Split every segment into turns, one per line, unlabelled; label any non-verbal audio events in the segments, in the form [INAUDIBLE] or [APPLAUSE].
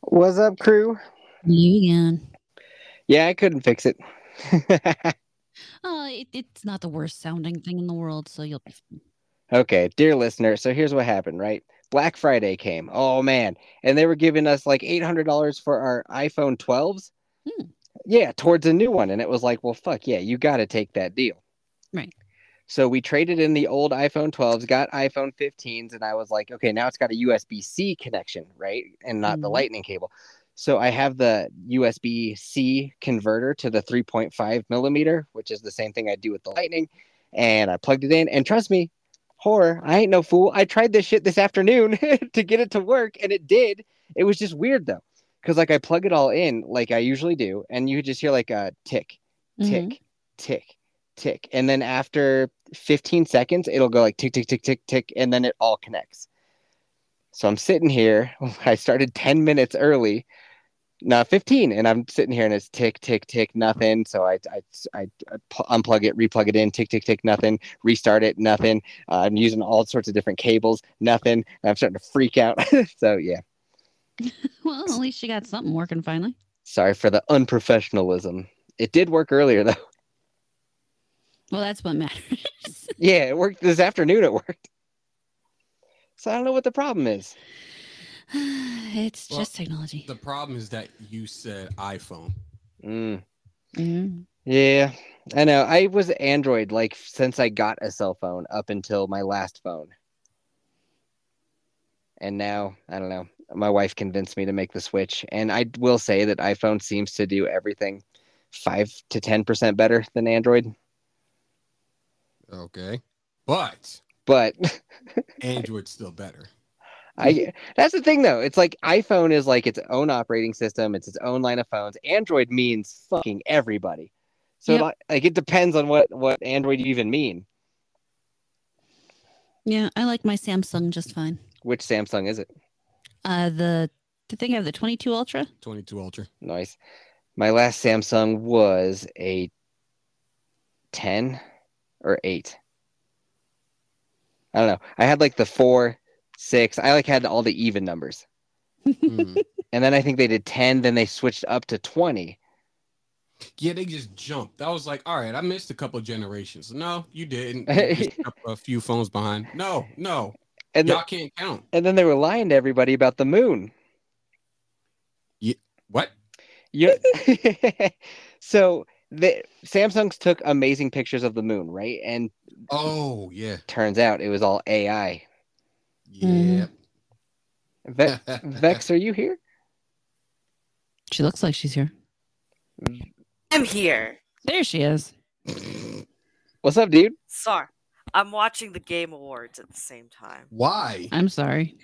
What's up, crew?
You again.
Yeah, I couldn't fix it.
Oh, it, it's not the worst sounding thing in the world, so you'll be fine.
okay, dear listener, so here's what happened, right? Black Friday came. Oh man, and they were giving us like $800 for our iPhone 12s.
Hmm.
Yeah, towards a new one, and it was like, well, fuck yeah, you got to take that deal.
Right.
So we traded in the old iPhone 12s, got iPhone 15s, and I was like, okay, now it's got a USB C connection, right? And not the
Mhm.
lightning cable. So I have the USB C converter to the 3.5 millimeter, which is the same thing I do with the lightning. And I plugged it in, and trust me, horror, I ain't no fool. I tried this shit this afternoon [LAUGHS] to get it to work, and it did. It was just weird though, because like I plug it all in like I usually do, and you just hear like a tick, tick,
Mhm.
tick, tick. And then after 15 seconds, it'll go like tick, tick, tick, tick, tick, and then it all connects. So I'm sitting here. [LAUGHS] I started 10 minutes early, now 15, and I'm sitting here and it's tick, tick, tick, nothing. So I, I, I, I pu- unplug it, replug it in, tick, tick, tick, nothing, restart it, nothing. Uh, I'm using all sorts of different cables, nothing. And I'm starting to freak out. [LAUGHS] so yeah,
Well, at least you got something working finally.
sorry for the unprofessionalism. It did work earlier though.
Well, that's what matters. [LAUGHS]
Yeah, it worked this afternoon. It worked. So I don't know what the problem is.
it's
Well,
just technology.
The problem is that you said iPhone.
Mm.
Mhm.
Yeah, I know. I was Android like since I got a cell phone up until my last phone. And now, I don't know. My wife convinced me to make the switch. And I will say that iPhone seems to do everything 5 to 10% better than Android.
Okay. But
But
Android's still better.
I that's the thing though. It's like iPhone is like its own operating system, it's its own line of phones. Android means fucking everybody. So
Yep.
like, like it depends on what what Android you even mean.
Yeah, I like my Samsung just fine.
Which Samsung is it?
Uh, the the thing I have the 22 Ultra.
22 Ultra.
Nice. My last Samsung was a 10 or 8. I don't know. I had like the 4, 6. I like had all the even numbers.
Hmm.
And then I think they did 10, then they switched up to 20.
[LAUGHS] yeah, they just jumped. I was like, all right, I missed a couple generations. No, you [LAUGHS] didn't. You just jumped a few phones behind. No, no.
And,
Y'all
th-
can't count.
and then they were lying to everybody about the moon.
What?
Yeah. [LAUGHS] so the Samsung's took amazing pictures of the moon, right? And
Oh, yeah.
turns out it was all AI.
Yeah.
Ve-
[LAUGHS]
Vex, are you here?
She looks like she's here.
I'm here.
There she is.
What's up, dude?
Sorry. I'm watching the Game Awards at the same time.
Why?
I'm sorry.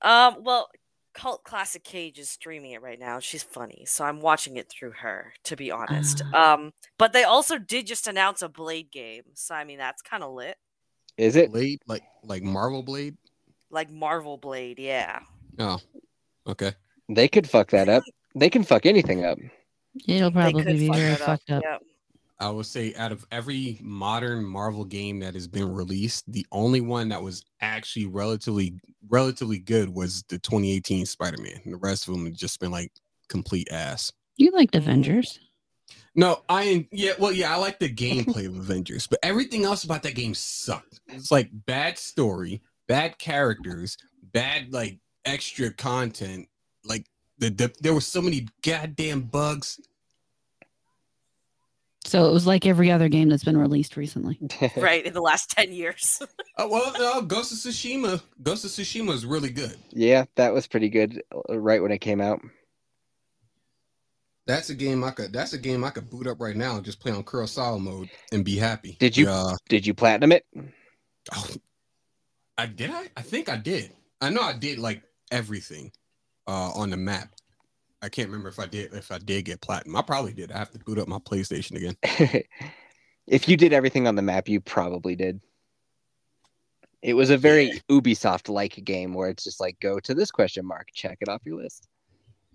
Um, well, Cult Classic Cage is streaming it right now. She's funny, so I'm watching it through her, to be honest.
Ah.
Um, but they also did just announce a Blade game, so I mean that's kind of lit,
Is it?
Blade, like like Marvel Blade?
like Marvel Blade, yeah.
Oh. Okay.
They could fuck that up. They can fuck anything up.
It'll
They
probably
could
be
fuck
very
it
fucked up.
Yep.
I would say out of every modern Marvel game that has been released, the only one that was actually relatively relatively good was the 2018 Spider-Man. The rest of them have just been like complete ass.
You liked Avengers.
No, I yeah, well, yeah, I like the gameplay of Avengers, but everything else about that game sucked. It's like bad story, bad characters, bad like extra content. Like the, the there were so many goddamn bugs.
So it was like every other game that's been released recently.
Right in the last ten years. [LAUGHS]
Oh well, no, Ghost of Tsushima, Ghost of Tsushima is really good.
Yeah, that was pretty good uh, right when it came out.
That's a game I could. That's a game I could boot up right now and just play on Kurosawa mode and be happy.
Did you-
Yeah.
Did you platinum it? [LAUGHS]
Oh, I did. I, I think I did. I know I did like everything uh, on the map. I can't remember if I did. If I did get platinum, I probably did. I have to boot up my PlayStation again.
if you did everything on the map, you probably did. It was a very Ubisoft like game where it's just like go to this question mark, check it off your list.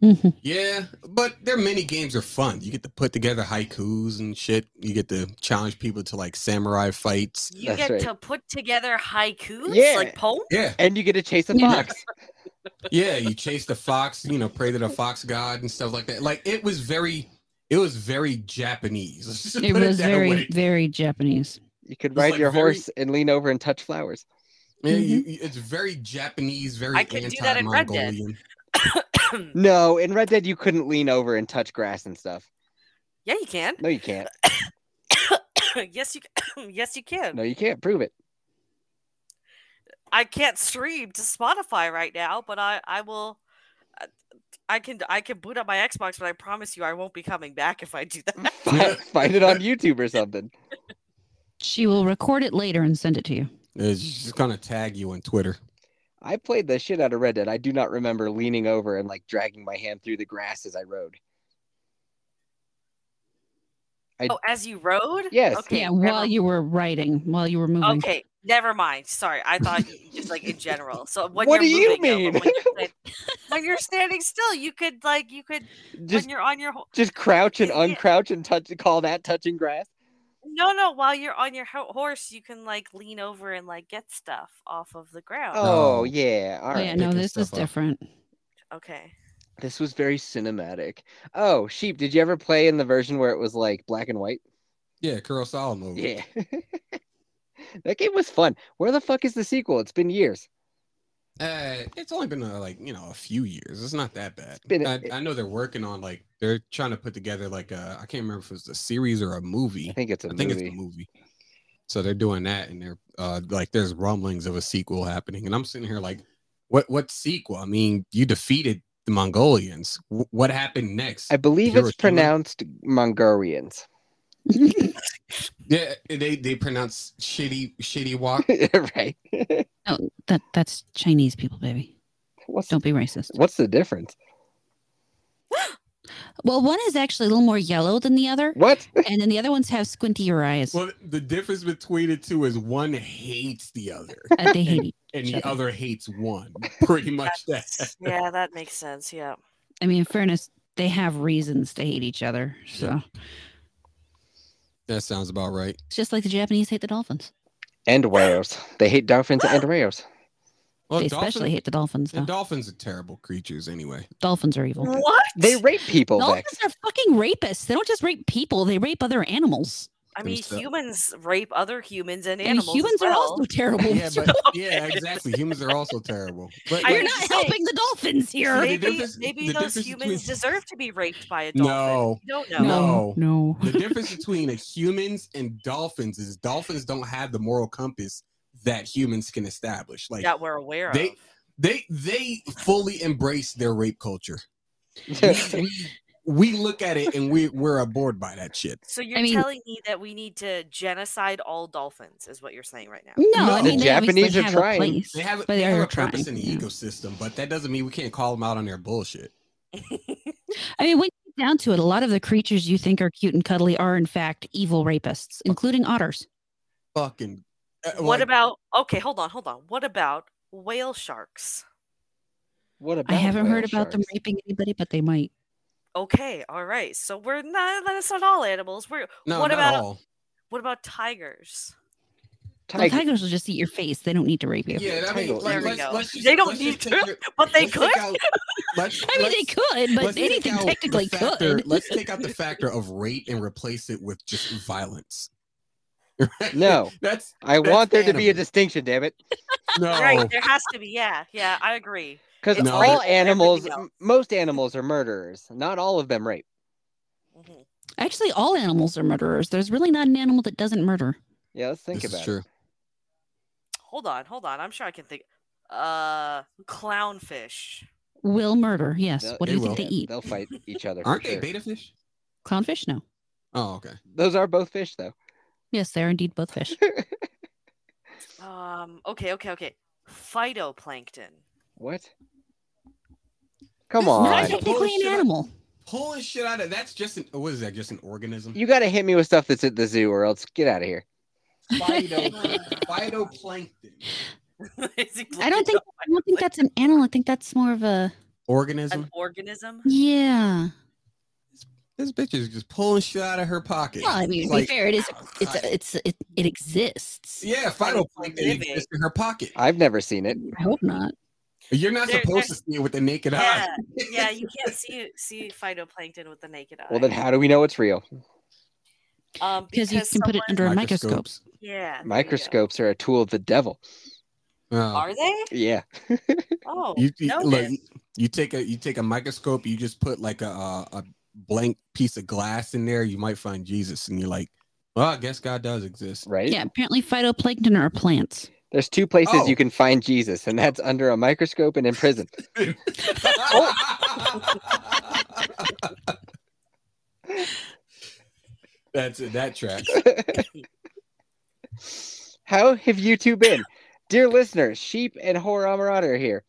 Mhm.
Yeah, but their mini games are fun. You get to put together haikus and shit. You get to challenge people to like samurai fights.
You
That's
get
right.
to put together haikus,
Yeah.
like poems.
Yeah,
And you get to chase a
Yeah.
fox.
yeah, you chase the fox, you know, pray to the fox god and stuff like that. Like it was very, it was very Japanese. [LAUGHS] Let's just
It
put
was
that
very,
way.
very Japanese.
You could
It's
ride
like
your
very-
horse and lean over and touch flowers.
Yeah, you, you- it's very Japanese, very
I could do that in Red Dead.
anti-Mongolian.
No, in Red Dead you couldn't lean over and touch grass and stuff.
[COUGHS] yeah, you can. [COUGHS]
No, you can't.
yes, you. Can. yes, you can.
No, you can't. Prove
[LAUGHS]
it.
I can't stream to Spotify right now, but I I will. I- I can I can boot up my Xbox, but I promise you I won't be coming back if I do
Mm-hmm.
that.
Fi- Find it on YouTube or something.
She will record it later and send it to you.
It's just gonna tag you on Twitter.
I played the shit out of Red Dead. I do not remember leaning over and like dragging my hand through the grass as I rode. I-
Oh, as you rode?
Yes.
Okay.
Yeah,
never-
while you were writing, while you were
Mm-hmm.
moving.
Okay, never mind. Sorry, I thought you- just like in
[LAUGHS]
general. So when
What
you're
do you
moving, though, but
mean?
When you're,
[LAUGHS]
stand- when you're standing still, you could like you could
Just
when you're on your ho-
just crouch and
[LAUGHS] Yeah, yeah.
uncrouch and touch call that touching grass.
no no while you're on your ho- horse, you can like lean over and like get stuff off of the ground.
Oh,
No.
yeah. All
Oh,
right.
yeah, no,
picking
this is
stuff up.
different.
Oh.
Okay.
This was very cinematic. Oh, sheep, did you ever play in the version where it was like black and white?
Yeah, Kurosawa movie.
Yeah. [LAUGHS] that game was fun. Where the fuck is the sequel? It's been years.
Uh, it's only been uh, like you know a few years. It's not that bad.
been-
I, I know they're working on like they're trying to put together like uh, I I can't remember if it was a series or a movie.
I think it's a
I think
movie.
it's a movie. So they're doing that, and they're uh, like there's rumblings of a sequel happening, and I'm sitting here like, what what sequel? I mean, you defeated the Mongolians. W- what happened next?
I believe
Hiroshima?
it's pronounced Mongolians. [LAUGHS]
yeah, they they pronounce shitty shitty walk.
right.
that that's Chinese people, baby.
What's
Don't be racist.
what's the difference?
Well, one is actually a little more yellow than the [LAUGHS] other,
What?
and then the other ones have squintier eyes.
well, the difference between the two is one hates the other,
Uh,
[LAUGHS]
they hate. each-
and
Shut
the
up.
other hates one. Pretty much
[LAUGHS]
that.
That's- yeah, that makes sense. Yeah.
I mean, in fairness, they have reasons they hate each other. So
That sounds about right.
it's just like the Japanese hate the dolphins.
And whales. They hate dolphins and whales.
Well,
they
dolphins,
especially hate the dolphins,
the
though.
dolphins are terrible creatures
[LAUGHS]
anyway.
dolphins are evil.
What?
They rape people, Vex.
Dolphins are fucking rapists. They don't just rape people; they rape other animals.
I mean,
themselves.
humans rape other humans and
And
animals. as
humans are
well.
also terrible. [LAUGHS]
Yeah, but yeah, exactly. Humans are also terrible. But
I
You're
was
not
just
helping the dolphins
The
here.
Maybe,
difference-
maybe
the
those
difference
humans
between-
deserve to be raped by a dolphin.
no,
You don't know.
No.
no.
the difference between humans and dolphins is dolphins don't have the moral compass that humans can establish. Like
that we're aware
they
of.
they they fully embrace their rape culture.
[LAUGHS]
We look at it and we we're aboard by that shit.
So you're
I mean-
telling me that we need to genocide all dolphins, is what you're saying right now.
No,
No,
I
the
mean, they obviously
Japanese are
have
trying.
A place,
They have,
but
they
they
have
are
a purpose
trying,
in the
yeah.
ecosystem, but that doesn't mean we can't call them out on their bullshit.
I mean, when you get down to it, a lot of the creatures you think are cute and cuddly are, in fact, evil rapists,
Oh.
including otters.
Fucking. uh, like,
what about okay, hold on, hold on. What about whale sharks?
[LAUGHS] what about
I haven't heard
whale
about them
sharks?
raping anybody, but they might.
Okay, all right. So we're not that's not all animals. We're
No,
what
not
about
all.
what about tigers?
Well,
Tiger.
tigers will just eat your face. They don't need to rape you.
Yeah, I mean,
Tangled.
like,
There we
let's,
go.
let's just,
They don't
let's
need
just take
to,
your-
But they
let's
could. [LAUGHS]
take out- let's-
[LAUGHS] I mean, they
let's-
could, but
let's take
anything
out the
technically
factor-
could.
Let's take
[LAUGHS]
out the factor of rape and replace it with just violence. [LAUGHS]
No.
That's
I
That's
want there to be a
animal.
distinction, damn it.
no.
Right, there has to be. Yeah, yeah, I agree.
Because
No,
all
there's
animals,
everything
m- most animals are murderers. Not all of them rape.
Mhm.
Actually, all animals are murderers. There's really not an animal that doesn't murder.
Yeah, let's think
This
about
is
it.
true.
Hold on, hold on. I'm sure I can think. Uh, clownfish.
Will murder? Yes.
They'll-
what do
they
you think
will.
they eat?
They'll fight each
[LAUGHS]
other. for
Aren't they
sure.
beta fish?
Clownfish? No.
Oh, okay.
Those are both fish, though.
Yes, they're indeed both fish.
Um. Okay. Okay. Okay. Phytoplankton. [LAUGHS]
What? Come
That's
on.
Not technically an
Bullshit.
animal.
Pulling shit out of that's just an what is that? Just an organism?
You got to hit me with stuff that's at the zoo, or else get out of here.
Phyto, phytoplankton.
I don't think I don't think that's an animal. I think that's more of a
an
Organism.
[LAUGHS]
organism.
yeah.
This bitch is just pulling shit out of her pocket.
Well, I mean,
It's
to be
like,
fair, it is. It's a, it's it, it exists.
yeah, phytoplankton
living.
exists in her pocket.
I've never seen it.
I hope not.
You're not
There-
supposed to see it with the naked
Yeah,
eye.
yeah, you can't see see phytoplankton with the naked eye.
Well, then how do we know it's real?
um,
because you can put it
someone-
under a microscope.
yeah there you go.
Microscopes are a tool of the devil.
Oh.
Are
[LAUGHS]
they?
Yeah.
Oh,
You, you-
no
look,
then.
[LAUGHS] you take a you take a microscope. You just put like a uh, a blank piece of glass in there. You might find Jesus, and you're like, well, I guess God does [LAUGHS] exist.
Right?
Yeah, apparently phytoplankton are plants.
There's two places
Oh.
you can find Jesus, and that's under a microscope and in prison.
Oh. That's it. That tracks.
How have you two been? Dear listeners, Sheep and Horror Amarada are here.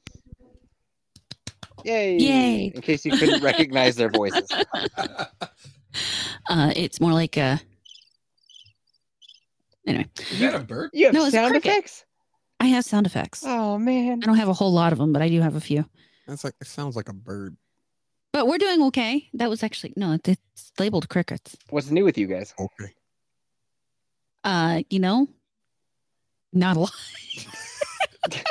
Yay!
Yay.
In case you couldn't recognize their
[LAUGHS]
voices.
Uh, it's more like a. Anyway,
Is that a bird?
You have
No, it's
sound
cricket.
effects?
I have sound effects. I
Oh, man.
don't have a whole lot of them, but I do have a few.
That's like it sounds like a bird.
But we're doing okay. That was actually no, it- it's labeled crickets.
What's new with you guys?
Okay.
Uh, you know, not a lot. [LAUGHS]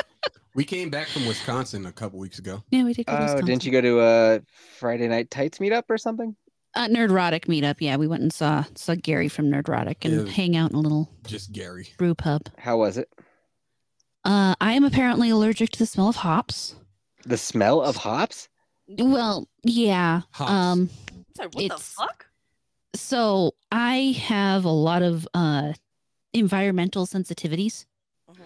We came back from Wisconsin a couple weeks ago.
Yeah, we did. Go to
Oh,
Wisconsin.
didn't you go to a Friday Night Tights meetup or something?
Uh, Nerdrotic meetup. Yeah, we went and saw saw Gary from Nerdrotic and
Yeah.
hang out in a little
Just Gary.
brew pub.
How was it?
Uh, I am apparently allergic to the smell of hops.
The smell of hops?
Well, yeah.
Hops.
Um,
Sorry, what the
it's-
fuck?
so I have a lot of uh environmental sensitivities.
Mhm, mhm.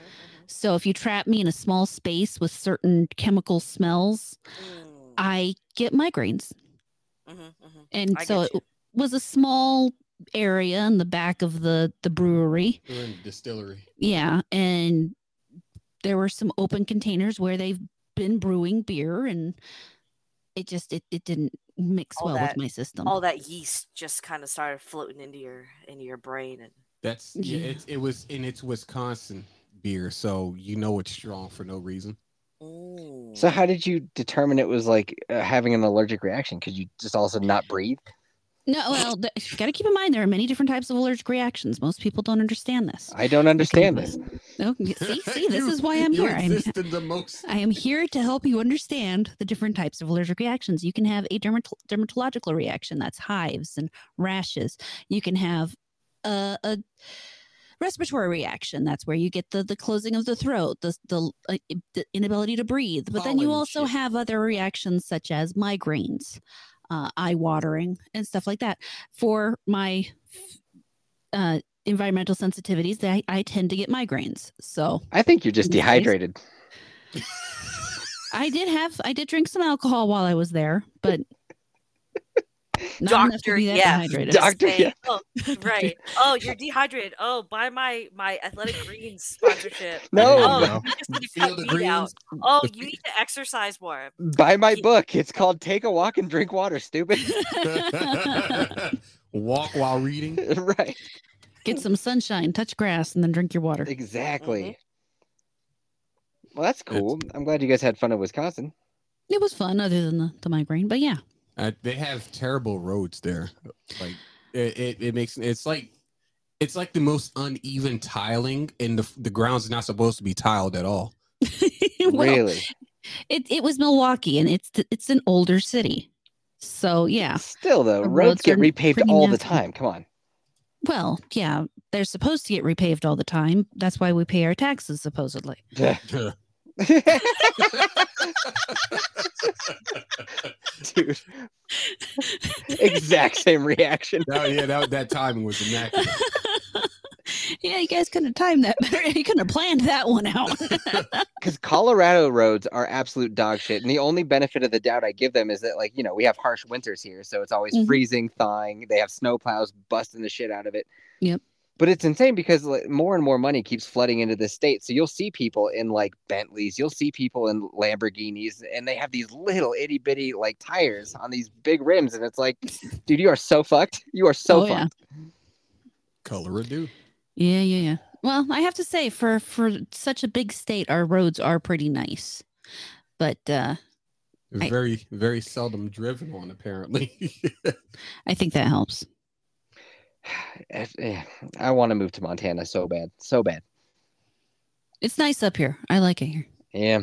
So if you trap me in a small space with certain chemical smells,
Mm,
I get migraines.
mhm, mhm.
And
I
so
get
it
you.
was a small area in the back of the the brewery.
We were in the distillery.
Yeah, and there were some open containers where they've been brewing beer, and it just it, it didn't mix
All
well with
that-
my system.
all that yeast just kind of started floating into your into your brain and
That's yeah.
Yeah.
It's, it was in its Wisconsin beer, so you know it's strong for no reason.
Ooh.
So, how did you determine it was like uh, having an allergic reaction? Could you just also not breathe?
No, well, th- got to keep in mind there are many different types of allergic reactions. Most people don't understand this.
I don't understand this.
Oh,
[LAUGHS]
y- see, see, this
You-
is why I'm
you
here. I'm, [LAUGHS]
existed the most.
I am here to help you understand the different types of allergic reactions. You can have a dermat- dermatological reaction, that's hives and rashes. You can have a, a respiratory reaction, that's where you get the, the closing of the throat, the, the, uh, the inability to breathe. But then you
Pollen
also
shit.
have other reactions such as migraines, uh, eye watering, and stuff like that. For my uh, environmental sensitivities, I, I tend to get migraines. So.
I think you're just
Nice.
dehydrated.
I did have I did drink some alcohol while I was there, but not enough
Doctor,
to be that
yes.
dehydrated.
Doc- Doctor,
Say,
yeah.
"Oh, right oh you're dehydrated oh buy my my athletic greens sponsorship
No,
oh
no.
you just need
[LAUGHS]
to
Feel
cut
the
meat
greens.
out. oh
The-
you need to exercise more
buy my book. It's called Take a Walk and Drink Water, stupid. [LAUGHS]
[LAUGHS] Walk while reading.
right.
Get some sunshine, touch grass, and then drink your water.
Exactly.
Mm-hmm.
Well, that's cool. I'm glad you guys had fun in Wisconsin.
It was fun other than the, the migraine, but yeah.
Uh, they have terrible roads there. Like it, it, it makes it's like it's like the most uneven tiling, and the the ground's not supposed to be tiled at all.
[LAUGHS] well,
really?
it it was Milwaukee and it's it's an older city. So yeah.
Still, though,
The
roads
roads
get
are
repaved
pretty
all the
nasty.
time. Come on.
Well, yeah, they're supposed to get repaved all the time. That's why we pay our taxes supposedly. [LAUGHS]
[LAUGHS] Dude, exact same reaction.
No, yeah, that that timing was immaculate.
yeah, you guys couldn't have timed that better. [LAUGHS] You couldn't have planned that one out.
Because Colorado roads are absolute dog shit. And the only benefit of the doubt I give them is that, like, you know, we have harsh winters here. So it's always
Mhm.
freezing, thawing. They have snowplows busting the shit out of it.
Yep.
But it's insane because like, more and more money keeps flooding into the state. So you'll see people in like Bentleys, you'll see people in Lamborghinis, and they have these little itty bitty like tires on these big rims. And it's
[LAUGHS]
like, dude, you are so fucked. You are so
Oh, yeah.
fucked. [SIGHS]
Color of dew.
Yeah, yeah, yeah. Well, I have to say, for for such a big state, our roads are pretty nice. But uh, I-
Very very seldom driven on apparently. [LAUGHS]
I think that helps.
If- eh, I want to move to Montana so bad. So bad.
It's nice up here. I like it here.
Yeah.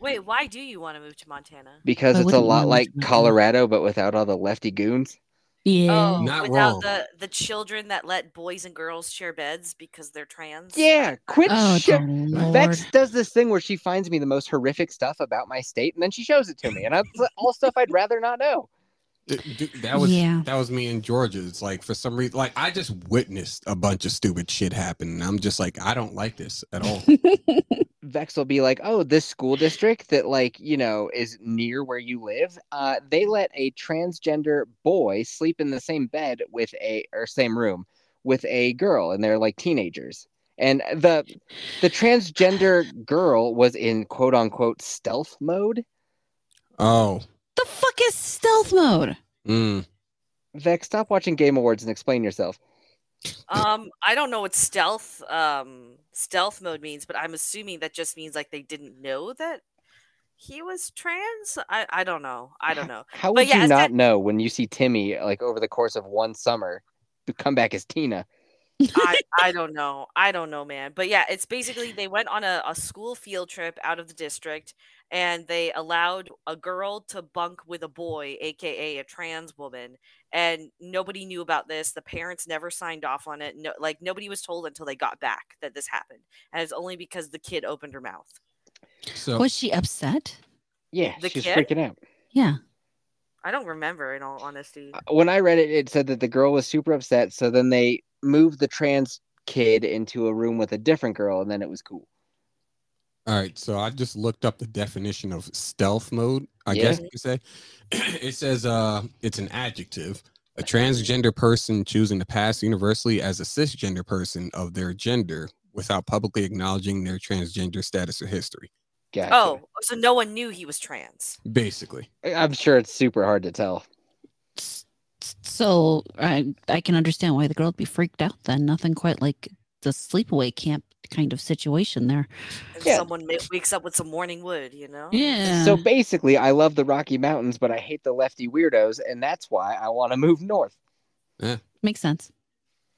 Wait, why do you want to move to Montana?
because
I
it's a
wouldn't
lot
mind
like
moving.
Colorado, but without all the lefty goons.
Yeah.
Oh,
Not
without
wrong.
the the children that let boys and girls share beds because they're trans.
Yeah, quit
Oh,
shit.
darn Lord. [LAUGHS]
Vex does this thing where she finds me the most horrific stuff about my state, and then she shows it to me, and i all stuff I'd rather not know.
Th- th- that was
Yeah.
that was me in Georgia. It's like for some reason, like I just witnessed a bunch of stupid shit happen, and I'm just like, I don't like this at all.
Vex will be like, "Oh, this school district that, like, you know, is near where you live, uh, they let a transgender boy sleep in the same bed with a or same room with a girl, and they're like teenagers." And the the transgender girl was in quote unquote stealth mode.
oh,
the fuck is stealth mode?
mm.
Vex, stop watching Game Awards and explain yourself.
Um, I don't know what stealth um stealth mode means, but I'm assuming that just means like they didn't know that he was trans. I I don't know. I don't know.
How
But
would
yeah,
you
it's
not know when you see Timmy like over the course of one summer to come back as Tina?
[LAUGHS]
[LAUGHS]
I, I don't know. I don't know, man. But yeah, it's basically they went on a, a school field trip out of the district and they allowed a girl to bunk with a boy, aka a trans woman. And nobody knew about this. The parents never signed off on it. No, like nobody was told until they got back that this happened. And it's only because the kid opened her mouth.
so
Was she upset?
Yeah,
The
she's
kid?
freaking out.
Yeah.
I don't remember in all honesty.
Uh, when I read it, it said that the girl was super upset. So then they moved the trans kid into a room with a different girl, and then it was cool.
All right, so I just looked up the definition of stealth mode. I
Yeah.
guess you could say [CLEARS THROAT] it says uh, it's an adjective, a transgender person choosing to pass universally as a cisgender person of their gender without publicly acknowledging their transgender status or history.
Gotcha.
Oh, so no one knew he was trans.
Basically,
I'm sure it's super hard to tell.
So I I can understand why the girl would be freaked out then. Nothing quite like the sleepaway camp kind of situation there.
And
Yeah.
someone ma- wakes up with some morning wood, you know?
Yeah.
So basically, I love the Rocky Mountains, but I hate the lefty weirdos, and that's why I want to move north.
makes sense.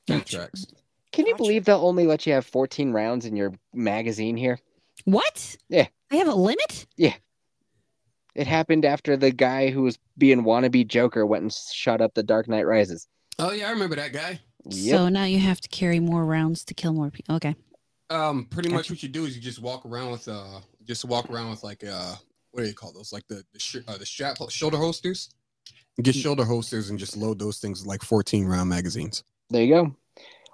that tracks.
Can you
Gotcha.
believe they'll only let you have 14 rounds in your magazine here?
What?
Yeah.
They have a limit?
It happened after the guy who was being wannabe Joker went and shot up the Dark Knight Rises.
Oh yeah, I remember that guy.
Yep.
So now you have to carry more rounds to kill more people. Okay.
Um, pretty much what you do is you just walk around with uh, just walk around with like uh, what do you call those? Like the the, sh- uh, the strap shoulder holsters. Get shoulder holsters and just load those things with, like fourteen round magazines.
There you go.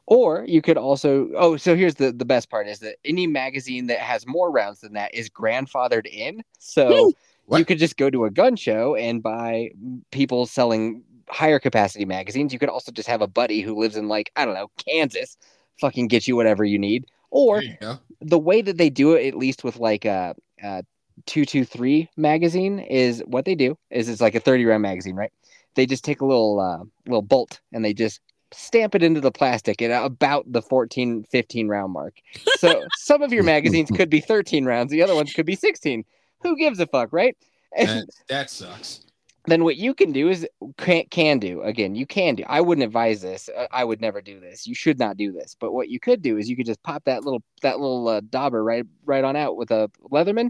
Or you could also oh, so here's the the best part is that any magazine that has more rounds than that is grandfathered in. So you
What?
could just go to a gun show and buy people selling higher capacity magazines. You could also just have a buddy who lives in like, I don't know, Kansas, fucking get you whatever you need. Or
There you go.
the way that they do it, at least with like a, uh 223 magazine, is what they do is it's like a 30 round magazine, right? They just take a little uh, little bolt and they just stamp it into the plastic at about the 14, 15 round mark. So some of your magazines could be 13 rounds, the other ones could be 16. Who gives a fuck, right?
that, that sucks.
then what you can do is can, can do again you can do i wouldn't advise this uh, i would never do this you should not do this but what you could do is you could just pop that little that little uh, dauber right right on out with a leatherman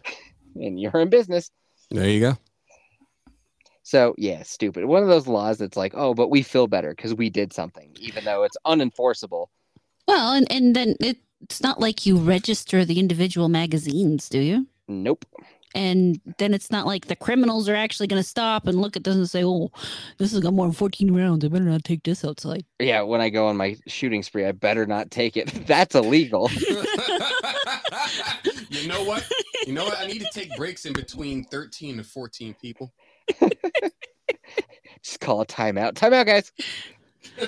[LAUGHS] and you're in business
There you [LAUGHS] go.
so yeah stupid one of those laws that's like oh but we feel better because we did something even though it's unenforceable
Well, and, and then it, it's not like you register the individual magazines, do you?
nope
And then it's not like the criminals are actually going to stop and look at this and say, oh, this has got more than 14 rounds. I better not take this outside.
yeah when i go on my shooting spree i better not take it [LAUGHS] that's illegal
you know what? You know what? I need to take breaks in between 13 and 14 people.
just call a timeout timeout guys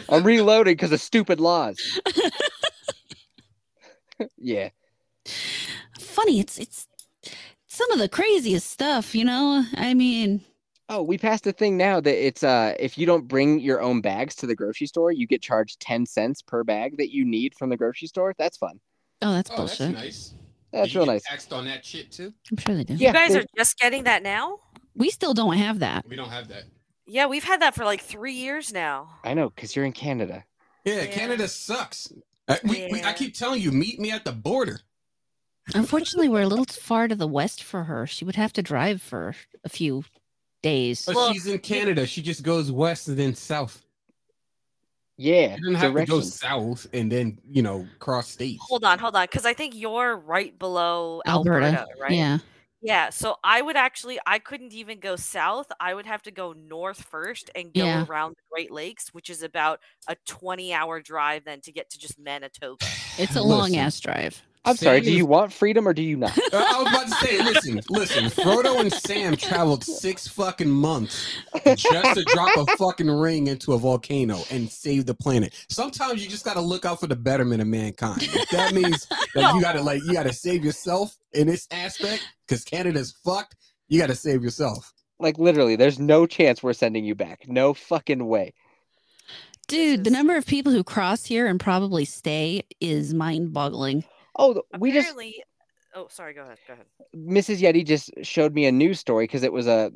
I'm reloading because of stupid laws.
[LAUGHS]
yeah.
Funny. It's, it's some of the craziest stuff, you know? I mean,
Oh, we passed a thing now that it's uh if you don't bring your own bags to the grocery store, you get charged ten cents per bag that you need from the grocery store. That's fun.
oh, that's
oh,
bullshit.
that's nice.
That's
You
real
get
nice.
Taxed on that shit too.
I'm sure they do.
Yeah.
You guys
they-
are just getting that now?
We still don't have that.
We don't have that.
Yeah, we've had that for like three years now.
I know, because you're in Canada.
Yeah,
Yeah.
Canada sucks. I, Uh, we, we, I
Yeah.
keep telling you, meet me at the border.
Unfortunately, we're a little far to the west for her. She would have to drive for a few days.
But
Well,
she's in Canada. She just goes west and then south.
Yeah,
She doesn't have to go
directions.
south and then, you know, cross states.
Hold on, hold on, because I think you're right below
Alberta,
Alberta, right?
Yeah.
Yeah, so I would actually, I couldn't even go south. I would have to go north first and go
Yeah.
around the Great Lakes, which is about a 20 hour drive then to get to just Manitoba.
It's a
Listen,
long ass drive.
I'm sorry.
Sam
Do you
is-
want freedom or do you
[LAUGHS]
not?
Uh, I was about to say, listen, listen. Frodo and Sam traveled six fucking months just to drop a fucking ring into a volcano and save the planet. Sometimes you just gotta look out for the betterment of mankind. If that means that you gotta like you gotta save yourself in this aspect because Canada's fucked. You gotta save yourself.
like literally, there's no chance we're sending you back. No fucking way.
Dude, the
is-
number of people who cross here and probably stay is mind boggling.
Oh, we just
Apparently, oh, sorry, go ahead, go ahead.
Mrs. Yeti just showed me a news story because it was a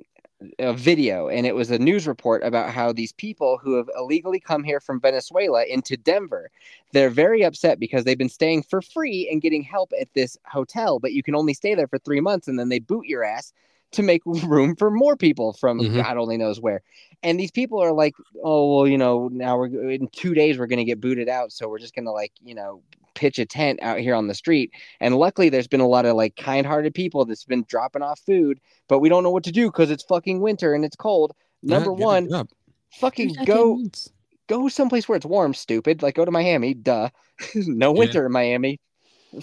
a video and it was a news report about how these people who have illegally come here from Venezuela into Denver, they're very upset because they've been staying for free and getting help at this hotel, but you can only stay there for three months and then they boot your ass to make [LAUGHS] room for more people from
Mhm.
God only knows where. And these people are like, oh well, you know, now we're in two days we're gonna get booted out, so we're just gonna like, you know, pitch a tent out here on the street. And luckily, there's been a lot of like kind-hearted people that's been dropping off food, but we don't know what to do because it's fucking winter and it's cold. Number
Yeah,
one,
give it up.
fucking go go someplace where it's warm, stupid. Like go to Miami, duh. [LAUGHS] no
Yeah.
winter in Miami.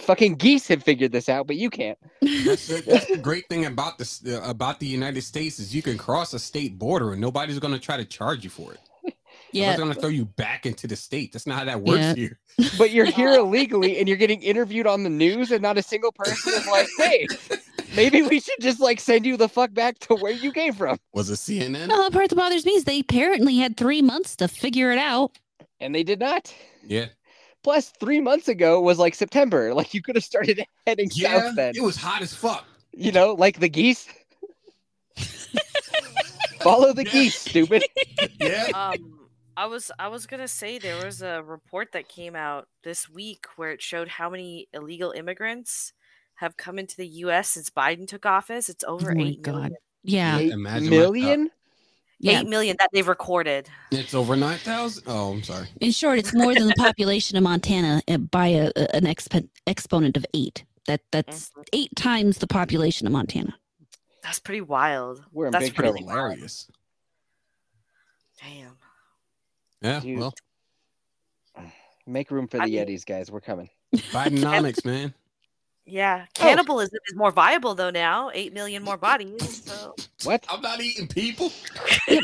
Fucking geese have figured this out, but you can't.
That's the, that's the great thing about this uh, about the United States is you can cross a state border and nobody's gonna try to charge you for it.
[LAUGHS] Yeah.
Nobody's gonna throw you back into the state. That's not how that works
Yeah.
here.
But you're here illegally and you're getting interviewed on the news and not a single person is like, "Hey, maybe we should just like send you the fuck back to where you came from."
Was it CNN?
No, the part that bothers me is they apparently had three months to figure it out.
And they did not.
Yeah.
Plus, 3 months ago was like September. Like you could have started heading
Yeah.
south then.
It was hot as fuck.
You know, like the
[LAUGHS]
geese. Follow the
Yeah.
geese,
[LAUGHS]
stupid.
Yeah.
um i was i was gonna say there was a report that came out this week where it showed how many illegal immigrants have come into the us since biden took office it's over
Oh my
eight million.
God. Yeah.
Eight
Imagine my-
million?
uh,
Yeah.
eight million that they've recorded
It's over 9,000. Oh, I'm sorry.
In short, it's more than the population of Montana uh, by a, a- an expo- exponent of eight. That that's
Mhm.
eight times the population of Montana.
that's pretty wild
We're in
that's
big
Pretty
trouble.
pretty
hilarious.
damn
Yeah.
Dude.
Well,
Make room for the
I mean-
Yetis, guys. We're
[LAUGHS]
coming.
Bidenomics, man.
yeah cannibalism is more viable though now eight million more bodies so
What?
I'm not eating people.
But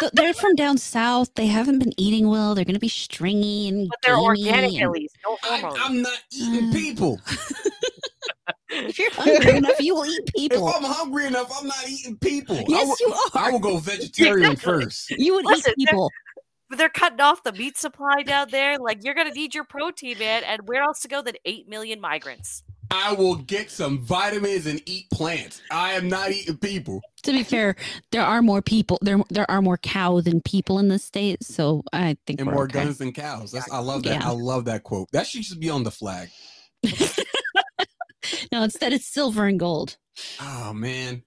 th- they're from down south. They haven't been eating well. They're going to be stringy and
but they're
gamey
organic at
and-
least no
I'm,
hormones
I'm not eating
Mm.
people.
If you're
[LAUGHS]
hungry enough, you will eat
If
[LAUGHS]
people.
I'm hungry enough, I'm not eating people. I
Yes,
will-
you
I
are.
will go vegetarian
Exactly.
first.
You would
Listen,
eat
they're-
people.
But they're cutting off the meat supply down there like you're gonna need your protein man and where else to go than eight million migrants
I will get some vitamins and eat plants. I am not eating people.
To be fair, there are more people. There there are more cow than people in this state. So I think
And
we're
more
okay.
guns than cows. That's, I love that.
Yeah.
I love that quote. That should just be on the flag.
No, instead it's silver and gold.
Oh man.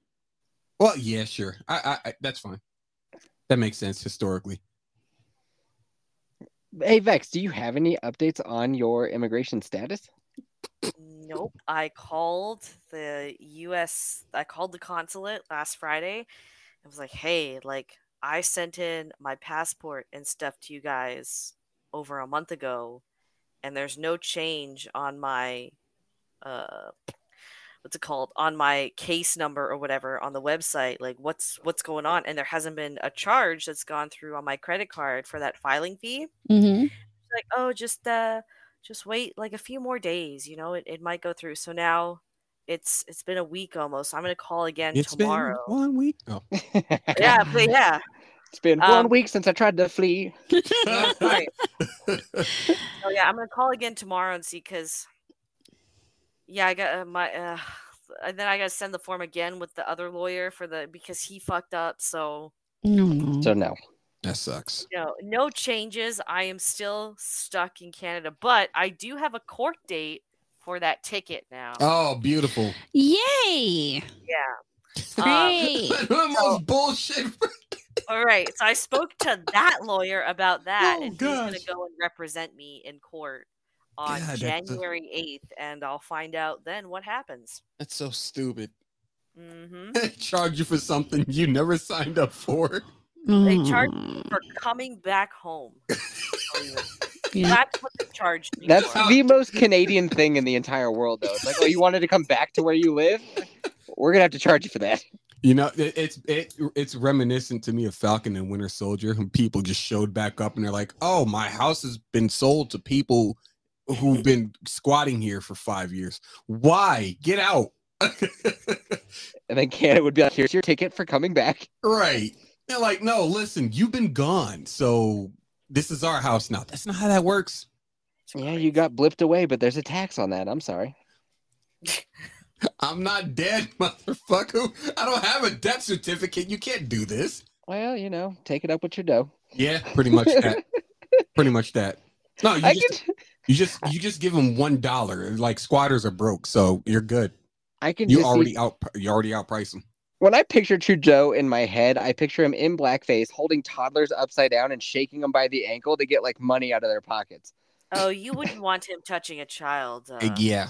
Well, yeah, sure. I, I, I that's fine. That makes sense historically.
Hey Vex, do you have any updates on your immigration status? [LAUGHS]
Nope. I called the US I called the consulate last Friday and was like, "Hey, like I sent in my passport and stuff to you guys over a month ago and there's no change on my uh what's it called on my case number or whatever on the website like what's what's going on and there hasn't been a charge that's gone through on my credit card for that filing fee
hmm
[LAUGHS]
like oh just uh just wait like a few more days you know it, it might go through so now it's it's been a week almost i'm gonna call again
It's
tomorrow
been one week. Oh.
yeah but
[LAUGHS]
yeah
It's been one
Um,
week since I tried to flee.
yeah,
[LAUGHS]
right. so yeah i'm gonna call again tomorrow and see because yeah i got uh, my uh and then i gotta send the form again with the other lawyer for the because he fucked up so
No, no.
So
[LAUGHS]
no.
that sucks.
no no changes i am still stuck in canada but i do have a court date for that ticket now.
Oh, beautiful. [LAUGHS]
Yay!
Yeah. Uh,
Great.
the most bullshit. [LAUGHS]
All right. So I spoke to that lawyer about that,
Oh,
and he's going
gosh.
to go and represent me in court on
God, that's a-
January eighth, and I'll find out then what happens.
That's so stupid.
hmm
They charge you for something you never signed up for.
They charge
Mm.
For coming back home.
[LAUGHS]
Yeah.
That's what they charged me
That's
for.
the most Canadian thing in the entire world, though. It's like, oh, you wanted to come back to where you live? We're gonna have to charge you for that.
You know, it, it's it it's reminiscent to me of Falcon and Winter Soldier, who people just showed back up and they're like, "Oh, my house has been sold to people
[LAUGHS]
who've been squatting here for five years. Why? Get out!" [LAUGHS]
And then Canada would be like, here's your ticket for coming back.
right? They're like, "No, listen, you've been gone, so this is our house now." That's not how that works.
Yeah, you got blipped away, but there's a tax on that. I'm sorry.
I'm not dead, [LAUGHS] motherfucker. I don't have a death certificate. You can't do this.
Well, you know, take it up with your dough.
Yeah, pretty
[LAUGHS]
much that. pretty much that. No, you
I
just,
can,
you just you just give them one dollar. Like squatters are broke, so you're good.
I can
You
just see-
already out you already outprice them.
When I picture Trudeau in my head, I picture him in blackface holding toddlers upside down and shaking them by the ankle to get like money out of their pockets.
Oh, you wouldn't want him touching a child. Uh,
yeah,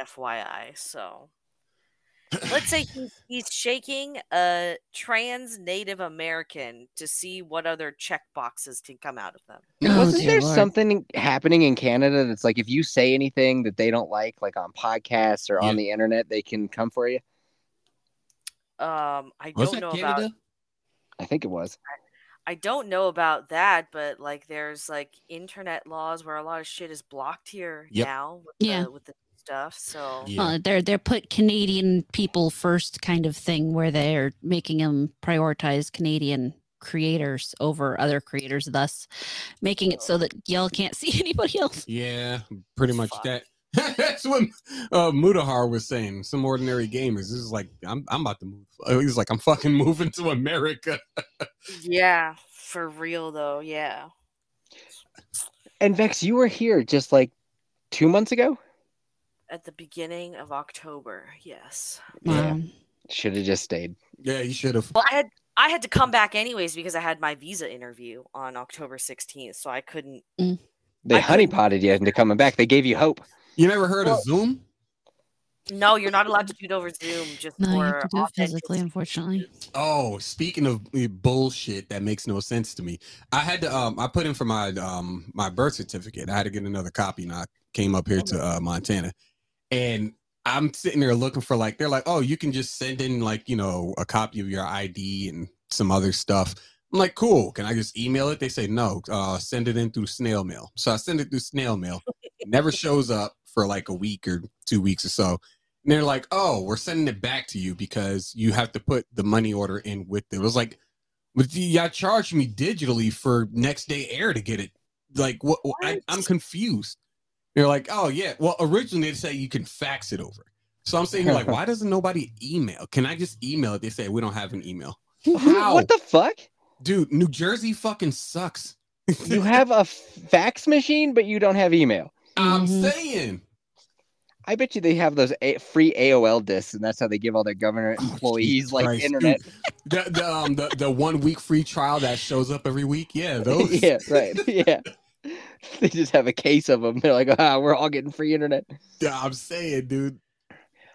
FYI. So
[LAUGHS]
let's say he's, he's shaking a trans Native American to see what other check boxes can come out of them.
Oh,
Wasn't there something happening in Canada that's like if you say anything that they don't like, like on podcasts or on the internet, they can come for you?
Um, I
Was
don't
that
know about
Canada?
I think it was.
I don't know about that, but like there's like internet laws where a lot of shit is blocked here
Yep.
now with
Yeah.
the, with the stuff. So
Yeah.
Uh, they're they're put Canadian people first kind of thing where they're making them prioritize Canadian creators over other creators, thus making it so that y'all can't [LAUGHS] see anybody else.
Yeah, pretty much
Fuck.
that. [LAUGHS] That's what uh, Mudahar was saying. Some ordinary gamers. This is like I'm I'm about to move. Uh, He's like I'm fucking [LAUGHS] moving to America.
yeah, for real though, yeah.
And Vex, you were here just like two months ago.
At the beginning of October, yes.
Yeah. Should have just stayed.
Yeah, you should have.
Well, I had I had to come back anyways because I had my visa interview on October 16th, so I couldn't.
They
I couldn't-
honeypotted you into coming back. They gave you hope.
You never heard
Well-
of Zoom?
No, you're not allowed to do it over Zoom just
No, you
for
have to do it
authentic-
physically, unfortunately.
Oh, speaking of eh, bullshit that makes no sense to me, I had to um I put in for my um my birth certificate. I had to get another copy, and I came up here to uh, Montana, and I'm sitting there looking for like they're like, oh, you can just send in like you know a copy of your ID and some other stuff. I'm like, cool. Can I just email it? They say no. Uh, send it in through snail mail. So I send it through snail mail. Never shows up for like a week or two weeks or so. And they're like, oh, we're sending it back to you because you have to put the money order in with it. It was like, but y- y'all charged me digitally for next day air to get it. Like, what? I,
What?
I'm confused. They're like, oh, yeah. Well, originally they say you can fax it over. So I'm sitting here like, why doesn't nobody email? Can I just email it? They say, we don't have an email. How?
What the
[LAUGHS]
fuck?
Dude, New Jersey fucking sucks.
You have a fax machine, but you don't have email.
I'm
Mhm.
saying.
I bet you they have those a- free AOL discs, and that's how they give all their government
Oh,
employees
Jesus
like
Christ,
internet.
dude. The, the, um, the, the one week free trial that shows up every week.
[LAUGHS]
Yeah, those.
yeah, right. Yeah, [LAUGHS] they just have a case of them. They're like, ah, we're all getting free internet.
I'm saying,
[LAUGHS]
dude.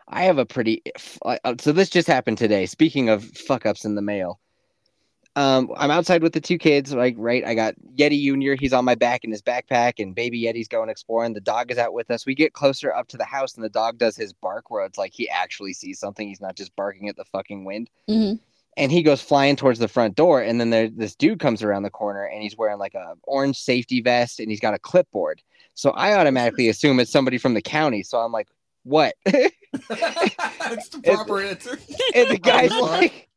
I have a pretty. f- uh, So this just happened today. Speaking of fuck ups in the mail, um, I'm outside with the two kids. Like, right, I got Yeti Junior. He's on my back in his backpack, and Baby Yeti's going exploring. The dog is out with us. We get closer up to the house, and the dog does his bark, where it's like he actually sees something. He's not just barking at the fucking wind.
Mhm.
and he goes flying towards the front door and then there this dude comes around the corner and he's wearing like a orange safety vest and he's got a clipboard so i automatically assume it's somebody from the county so i'm like what and
That's the proper answer. [LAUGHS]
the guy's
sorry.
like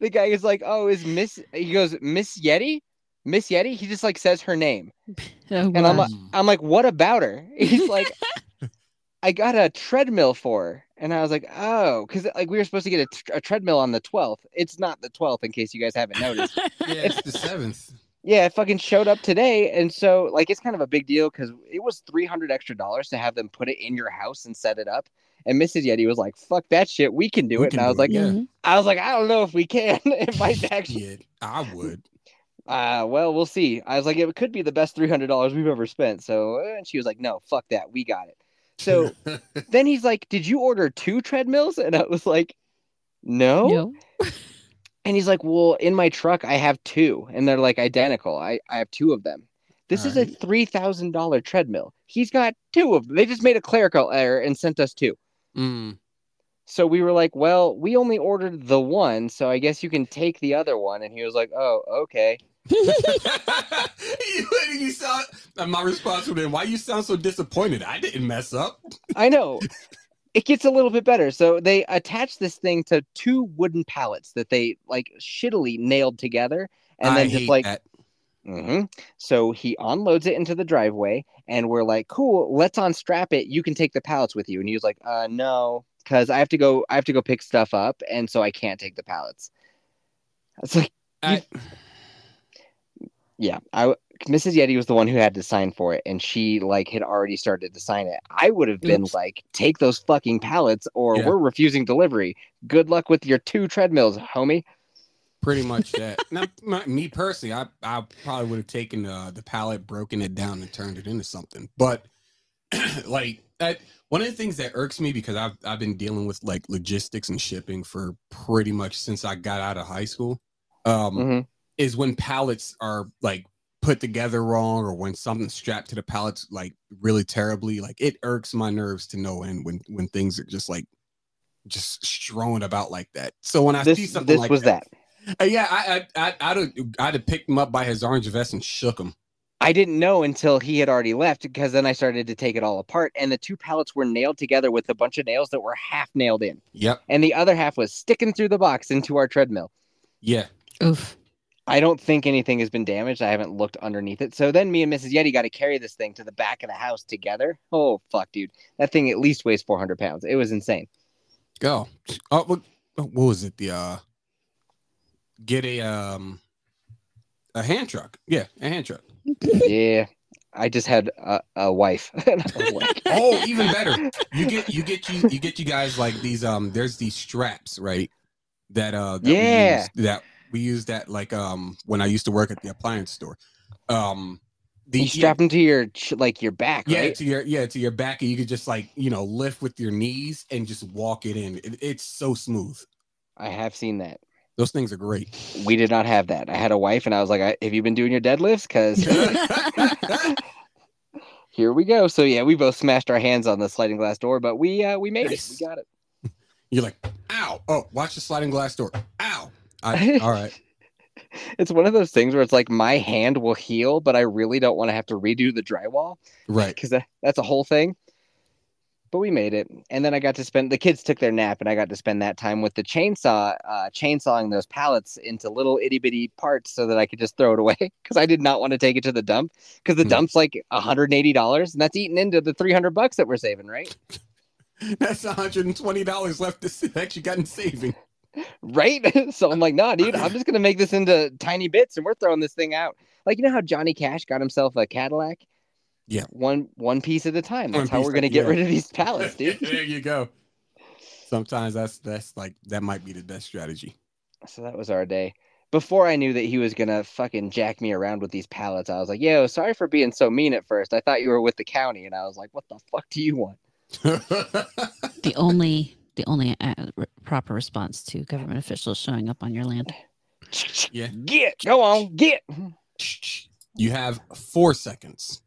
the guy is like oh is miss he goes miss yeti miss yeti he just like says her name
Oh,
and i'm
wow.
like
Hmm.
i'm like what about her [LAUGHS] he's
[LAUGHS]
like i got a treadmill for her and i was like oh because like we were supposed to get a,
[LAUGHS]
tr- a treadmill on the 12th it's not the 12th in case you guys haven't noticed [LAUGHS]
Yeah, it's the seventh.
Yeah, it fucking showed up today, and so like it's kind of a big deal because it was three hundred extra dollars to have them put it in your house and set it up. And Mrs. Yeti was like, "Fuck that shit, we can do
We
it."
can
and I
do
was
it,
like,
Yeah.
Mhm.
"I was like, I don't know if we can. [LAUGHS] it might actually.
Yeah, I would.
Uh, well, we'll see." I was like, "It could be the best three hundred dollars we've ever spent." So, uh, and she was like, "No, fuck that, we got it."
[LAUGHS]
So then he's like, "Did you order two treadmills?" And I was like, "No."
No.
And he's like, "Well, in my truck, I have two, and they're like identical. I I have two of them. This is a
Alright.
three thousand dollar treadmill. He's got two of them. They just made a clerical error and sent us two.
Mm,
So we were like, well, we only ordered the one, so I guess you can take the other one. And he was like, oh, okay.
[LAUGHS] [LAUGHS] you, you sound, and my response would be, why you sound so disappointed? I didn't mess up.
I know. it gets a little bit better. So they attach this thing to two wooden pallets that they like shittily nailed together, and
I
then
hate
just like
that.
hmm So he unloads it into the driveway, and we're like, "Cool, let's unstrap it. You can take the pallets with you." And he was like, "Uh, no, because I have to go. I have to go pick stuff up, and so I can't take the pallets." I was like,
I-
"Yeah, I." w- Mrs. Yeti was the one who had to sign for it, and she like had already started to sign it. I would have been
Oops.
like, "Take those fucking pallets, or
Yeah.
we're refusing delivery. Good luck with your two treadmills, homie."
pretty much that. Now, my, me personally, I, I probably would have taken uh, the palette, broken it down, and turned it into something. But [CLEARS THROAT] like that, one of the things that irks me because I've I've been dealing with like logistics and shipping for pretty much since I got out of high school. Um,
Mhm.
is when pallets are like put together wrong or when something's strapped to the pallets like really terribly like it irks my nerves to no end when when things are just like just strewn about like that so when i see
This
something
this
like
was that.
uh, yeah, I, I, I, I'd have, I'd have picked him up by his orange vest and shook him.
I didn't know until he had already left because then I started to take it all apart. And the two pallets were nailed together with a bunch of nails that were half nailed in.
Yep.
And the other half was sticking through the box into our treadmill.
Yeah.
Oof.
I don't think anything has been damaged. I haven't looked underneath it. So then me and Mrs. Yeti got to carry this thing to the back of the house together. Oh, fuck, dude. That thing at least weighs 400 pounds. It was
[LAUGHS]
insane.
Go. Oh, what, what was it? The uh, get a um, a hand truck. Yeah, a hand truck.
yeah. I just had a, a wife. [LAUGHS] And I was like,
Oh, even better. You get, you get, you, you get you guys like these. Um, there's these straps, right? That uh, that
Yeah.
We use, that we use that like um when I used to work at the appliance store. Um, the
you strap them to your, ch- like, your back,
Yeah,
right?
to your yeah to your back, and you could just like you know lift with your knees and just walk it in. It, it's so smooth.
I have seen that.
Those things are great. [LAUGHS]
we did not have that. I had a wife, and I was like, I, "Have you been doing your deadlifts?" Because
[LAUGHS]
here we go. So yeah, we both smashed our hands on the sliding glass door, but we uh, we made
Nice.
it. We got it.
You're like, ow! Oh, watch the sliding glass door. Ow! I, all right.
It's one of those things where it's like my hand will heal, but I really don't want to have to redo the drywall [LAUGHS]
Right.
because that, that's a whole thing. But we made it, and then I got to spend. The kids took their nap, and I got to spend that time with the chainsaw, uh, chainsawing those pallets into little itty bitty parts so that I could just throw it away [LAUGHS] because I did not want to take it to the dump because the
Hmm.
dump's like hundred and eighty dollars, and that's eaten into the three hundred bucks that we're saving, right?
That's 120 dollars left to that you got in saving.
Right? [LAUGHS] so I'm like, nah, dude, I'm just gonna make this into tiny bits, and we're throwing this thing out. Like you know how Johnny Cash got himself a Cadillac?
Yeah.
one one piece at a time.
One
That's how
piece
we're
at-
gonna get
yeah.
rid of these pallets, dude.
[LAUGHS] there you go. Sometimes that's that's like that might be the best strategy. [LAUGHS]
So that was our day. Before I knew that he was gonna fucking jack me around with these pallets, I was like, "Yo, sorry for being so mean at first. I thought you were with the county." And I was like, "What the fuck do you want?"
The only the only uh, r- proper response to government officials showing up on your land.
Yeah.
Get, go on, get.
you have four seconds.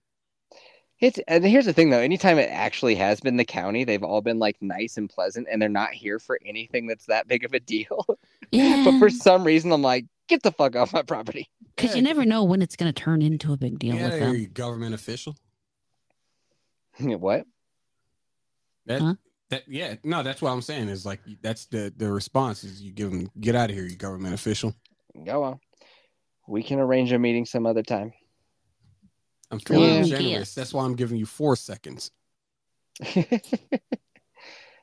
It's and here's the thing though. Anytime it actually has been the county, they've all been like nice and pleasant, and they're not here for anything that's that big of a deal. [LAUGHS]
Yeah.
but for some reason, I'm like, "Get the fuck off my property." [LAUGHS]
Because you never know when it's going to turn into a big deal
yeah,
with
are
them.
you government official?
what?
That,
Huh?
that yeah, no, that's what I'm saying is like that's the the response is you give them get out of here, you government official.
Go on. We can arrange a meeting some other time.
I'm feeling
Yeah.
generous. That's why I'm giving you four seconds.
[LAUGHS]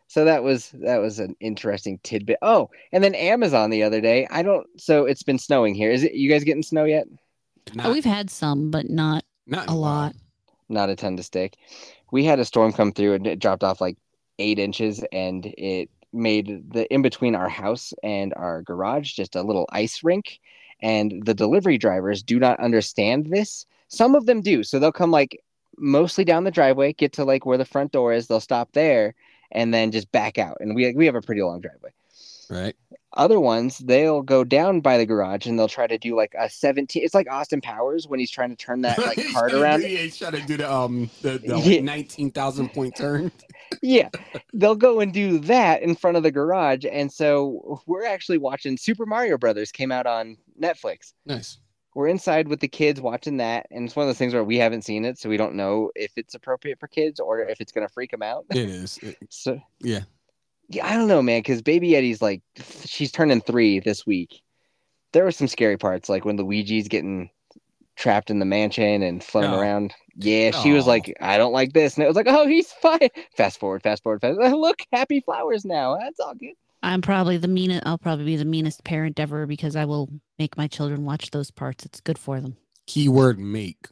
so that was that was an interesting tidbit. Oh, and then Amazon the other day. I don't. So it's been snowing here. Is it you guys getting snow yet?
Not,
oh, we've had some, but not
not in
a lot.
Not a ton to stick. We had a storm come through and it dropped off like eight inches, and it made the in between our house and our garage just a little ice rink. And the delivery drivers do not understand this. Some of them do. So they'll come like mostly down the driveway, get to like where the front door is, they'll stop there and then just back out. And we we have a pretty long driveway.
a while, Right.
Other ones, they'll go down by the garage and they'll try to do like a 17. It's like Austin Powers when he's trying to turn that
[LAUGHS]
like
He's
card
trying to
around.
do- yeah, he's trying to do the um the, the
Yeah.
nineteen thousand point turn.
yeah, they'll go and do that in front of the garage. And so we're actually watching Super Mario Brothers came out on Netflix.
Nice.
We're inside with the kids watching that. And it's one of those things where we haven't seen it. So we don't know if it's appropriate for kids or if it's going to freak them out.
It is. It-
So
Yeah.
yeah, I don't know, man, because Baby Eddie's like th- she's turning three this week. There were some scary parts, like when Luigi's getting trapped in the mansion and flown
No.
around. Yeah, she was
No.
like, "I don't like this," and it was like, "Oh, he's fine." Fast forward, fast forward, [LAUGHS] fast. Look, happy flowers now. That's all good.
I'm probably the meanest. I'll probably be the meanest parent ever because I will make my children watch those parts. It's good for them.
Keyword make.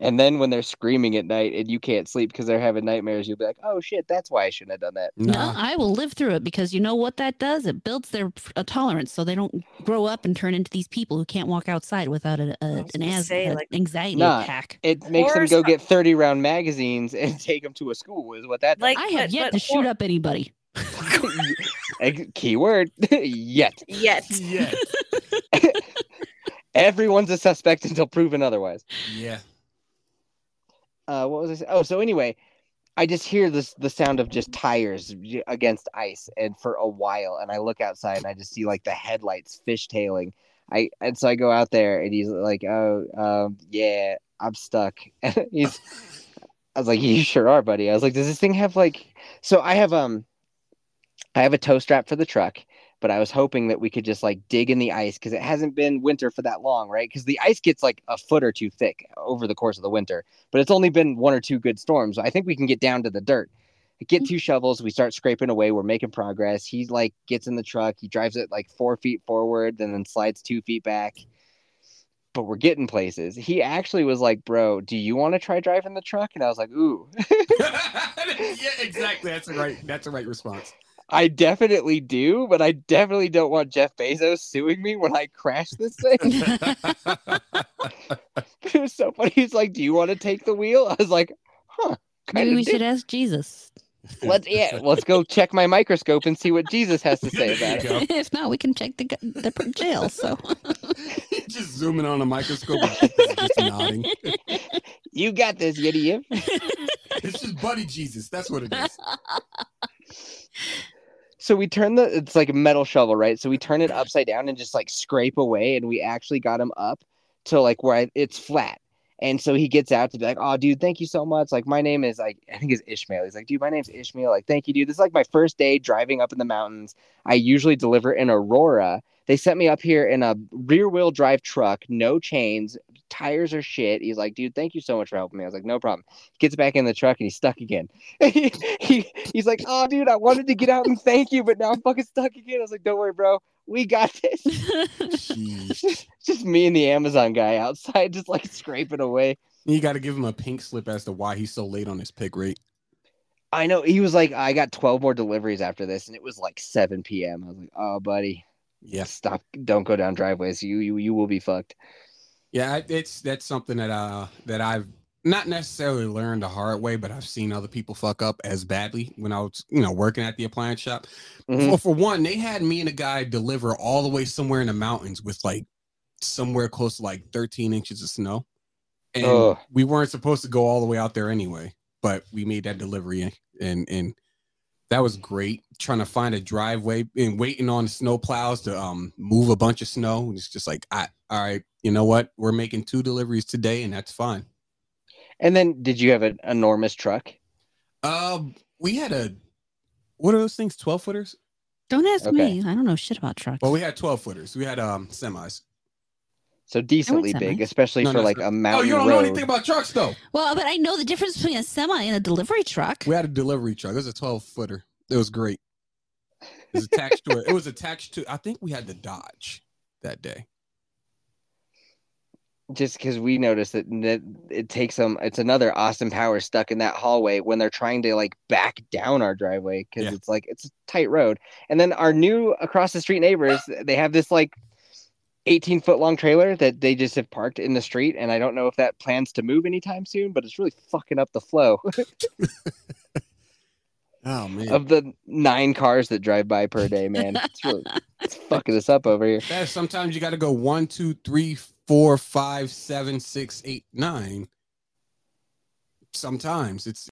And then when they're screaming at night and you can't sleep because they're having nightmares, you'll be like, "Oh shit, that's why I shouldn't have done that."
No,
Nah.
I will live through it because you know what that does? It builds their f- a tolerance so they don't grow up and turn into these people who can't walk outside without a, a,
was
an
gonna
as,
say,
an
like-
anxiety
Nah.
attack.
It makes them
Horror
go
stuff.
get thirty round magazines [LAUGHS] and take them to a school. Is what that does.
Like,
I have
but-
yet
but
to shoot
hor-
up
[LAUGHS]
anybody.
Ex- Keyword [LAUGHS] yet.
Yet.
Yeah.
Everyone's a suspect [LAUGHS] until proven otherwise.
Yeah. [LAUGHS]
Uh, what was I saying? Oh, so anyway, I just hear this the sound of just tires j- against ice, and for a while, and I look outside and I just see like the headlights fishtailing. I and so I go out there, and he's like, "Oh, um, yeah, I'm stuck." [LAUGHS] he's, I was like, "You sure are, buddy." I was like, "Does this thing have like?" So I have um, I have a tow strap for the truck, but I was hoping that we could just like dig in the ice because it hasn't been winter for that long, right? Because the ice gets like a foot or two thick over the course of the winter, but it's only been one or two good storms. I think we can get down to the dirt. I Get two shovels. We start scraping away. We're making progress. He like gets in the truck. He drives it like four feet forward and then slides two feet back. But we're getting places. He actually was like, "Bro, do you want to try driving the truck?" And I was like, "Ooh, [LAUGHS]
yeah, exactly. That's the right. That's the right response. [LAUGHS]
I definitely do, but I definitely don't want Jeff Bezos suing me when I crash this thing." [LAUGHS] it was so funny. He's like, "Do you want to take the wheel?" I was like, "Huh."
Maybe
kinda
we
do.
should ask Jesus.
Let's yeah, let's go check my microscope and see what Jesus has to say
[LAUGHS] There
about
you
it.
go.
if not, we can check the gu- the per- jail. So
[LAUGHS]
[LAUGHS]
just zooming on a microscope, and just nodding.
You got this, idiot.
It's just buddy Jesus. That's what it is.
So we turn the it's like a metal shovel, right? So we turn it upside down and just like scrape away, and we actually got him up to like where I, it's flat. And so he gets out to be like, "Oh, dude, thank you so much. Like, my name is like I think it's Ishmael. He's like, dude, my name's Ishmael. Like, thank you, dude. This is like my first day driving up in the mountains. I usually deliver in Aurora. They sent me up here in a rear wheel drive truck, no chains, tires are shit. He's like, dude, thank you so much for helping me. I was like, no problem. Gets back in the truck and he's stuck again. [LAUGHS] he, he- he's like, oh, dude, I wanted to get out and thank you, but now I'm fucking stuck again. I was like, don't worry, bro. We got this.
Jeez.
just me and the Amazon guy outside, just like scraping away.
You got to give him a pink slip as to why he's so late on his pick rate.
I know he was like, I got 12 more deliveries after this, and it was like 7 p.m. I was like, oh, buddy,
Yeah,
stop, don't go down driveways. You, you, you will be fucked.
yeah. I- It's that's something that uh that I've not necessarily learned the hard way, but I've seen other people fuck up as badly when I was you know working at the appliance shop.
Mhm.
Well, for one, they had me and a guy deliver all the way somewhere in the mountains with like somewhere close to like 13 inches of snow. And
Ugh.
we weren't supposed to go all the way out there anyway, but we made that delivery and and that was great. Trying to find a driveway and waiting on snow plows to um move a bunch of snow. And it's just like, I, all right, you know what? We're making two deliveries today, and that's fine.
And then, did you have an enormous truck?
Um, we had a what are those things? 12 footers?
don't ask
Okay.
me. I don't know shit about trucks.
Well, we had 12 footers. We had um semis.
So decently
semi.
big, especially
No,
for
no,
like
semi.
a mountain
oh, you don't
road.
know anything about trucks though.
Well, but I know the difference between a semi and a delivery truck.
We had a delivery truck. It was a 12 footer. It was great. It was attached to it. It was attached to, I think we had the Dodge that day.
just because we noticed that that it takes them it's another austin power stuck in that hallway when they're trying to like back down our driveway because
Yeah.
it's like it's a tight road and then our new across the street neighbors they have this like 18 foot long trailer that they just have parked in the street and i don't know if that plans to move anytime soon but it's really fucking up the flow
Oh man,
of the nine cars that drive by per day man it's really it's fucking us up over here
That sometimes you got to go one, two, three, four, five, seven, six, eight, nine. Sometimes it's